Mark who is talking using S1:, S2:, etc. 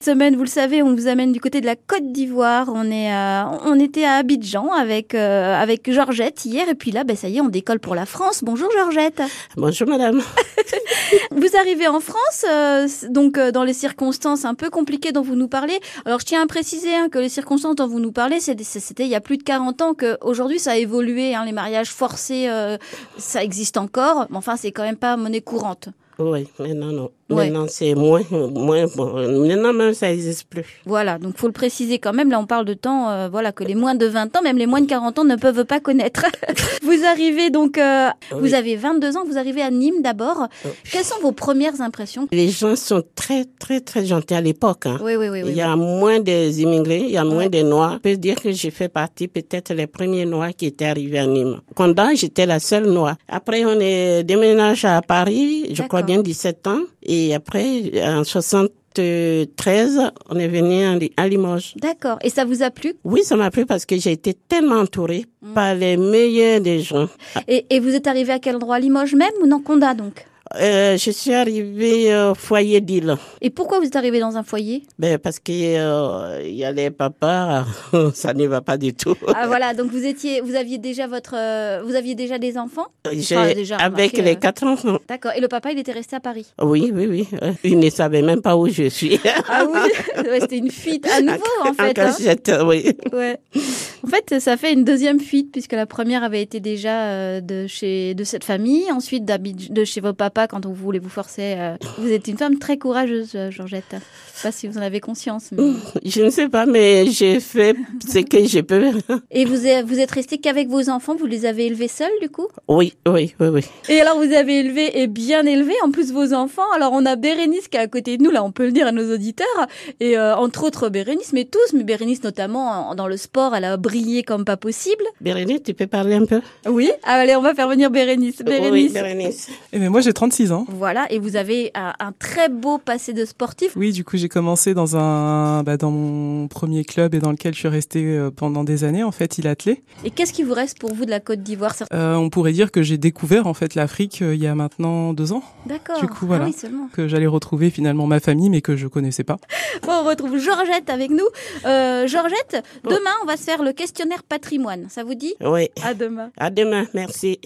S1: Cette semaine, vous le savez, on vous amène du côté de la Côte d'Ivoire. On est, à- on était à Abidjan avec euh, avec Georgette hier, et puis là, ben ça y est, on décolle pour la France. Bonjour Georgette.
S2: Bonjour madame.
S1: Vous arrivez en France, euh, c- donc euh, dans les circonstances un peu compliquées dont vous nous parlez. Alors je tiens à préciser hein, que les circonstances dont vous nous parlez, c'est des- c'est- c'était il y a plus de 40 ans que aujourd'hui ça a évolué. hein, les mariages forcés, euh, ça existe encore, mais enfin c'est quand même pas monnaie courante.
S2: Oui, maintenant non.
S1: Ouais.
S2: Maintenant c'est moins, moins bon. Maintenant même ça n'existe plus.
S1: Voilà, donc faut le préciser quand même. Là, on parle de temps, euh, voilà, que les moins de 20 ans, même les moins de 40 ans, ne peuvent pas connaître. vous arrivez donc, euh,
S2: Oui. Euh.
S1: vous avez 22 ans, vous arrivez à Nîmes d'abord.
S2: Oui.
S1: Quelles sont vos premières impressions
S2: Les gens sont très très très gentils à l'époque. hein.
S1: Oui, oui, oui,
S2: Il
S1: oui.
S2: y a moins des immigrés, il y a moins
S1: Ouais.
S2: des noirs. Je peux dire que j'ai fait partie peut-être les premiers noirs qui étaient arrivés à Nîmes. Pendant, j'étais la seule noire. Après, on est déménage à Paris, je crois
S1: D'accord.
S2: bien 17 ans. Et après, en 73, on est venu en- à Limoges.
S1: D'accord. Et ça vous a plu
S2: Oui, ça m'a plu parce que j'ai été tellement entourée
S1: Mm.
S2: par les meilleurs des gens.
S1: et, et vous êtes arrivé à quel endroit Limoges même ou Nanconda donc
S2: Euh, je suis arrivée au foyer d'île.
S1: Et pourquoi vous êtes arrivé dans un foyer
S2: Ben, parce que euh, il y a les papas, ça ne va pas du tout.
S1: Ah voilà, donc vous étiez, vous aviez déjà votre, euh, vous aviez déjà des enfants
S2: J'ai-
S1: Ah, déjà
S2: avec
S1: remarqué,
S2: les
S1: euh.
S2: quatre enfants.
S1: D'accord. Et le papa, il était resté à Paris.
S2: Oui, oui, oui. euh, Ils ne savaient même pas où je suis.
S1: Ah oui, Ouais, c'était une fuite à nouveau en fait. hein.
S2: cachette, oui.
S1: Ouais. En fait, ça fait une deuxième fuite puisque la première avait été déjà euh, de chez de cette famille, ensuite d'Abidj- de chez vos papas quand on voulait vous forcer. euh. Vous êtes une femme très courageuse, euh, Georgette. Je sais pas si vous en avez conscience. mais-
S2: Je ne sais pas, mais j'ai fait ce que je peux.
S1: Et vous êtes, vous êtes restée qu'avec vos enfants. Vous les avez élevés seuls du coup.
S2: Oui, oui, oui, oui.
S1: Et alors vous avez élevé et bien élevé en plus vos enfants. Alors on a Bérénice qui est à côté de nous, là on peut le dire à nos auditeurs, et euh, entre autres Bérénice, mais tous, mais Bérénice notamment en- dans le sport, elle a brillé comme pas possible.
S2: Bérénice, tu peux parler un peu
S1: Oui, allez on va faire venir Bérénice.
S2: Oui,
S1: Bérénice.
S2: Bérénice.
S3: Eh bien, moi, j'ai 36 ans.
S1: Voilà, et vous avez un, un très beau passé de sportif.
S3: Oui, du coup, j'ai commencé dans un, bah, dans mon premier club et dans lequel je suis restée euh, pendant des années. En fait, il attelait.
S1: Et qu'est-ce qui vous reste pour vous de la Côte d'Ivoire ça-
S3: Euh, on pourrait dire que j'ai découvert en fait l'Afrique euh, il y a maintenant deux ans,
S1: D'accord.
S3: Du coup, voilà.
S1: Ah oui, seulement.
S3: que j'allais retrouver finalement ma famille, mais que je connaissais pas.
S1: Bon, on retrouve Georgette avec nous. Euh, Georgette, demain on va se faire le questionnaire patrimoine. Ça vous dit
S2: Oui.
S1: À demain.
S2: À demain, merci.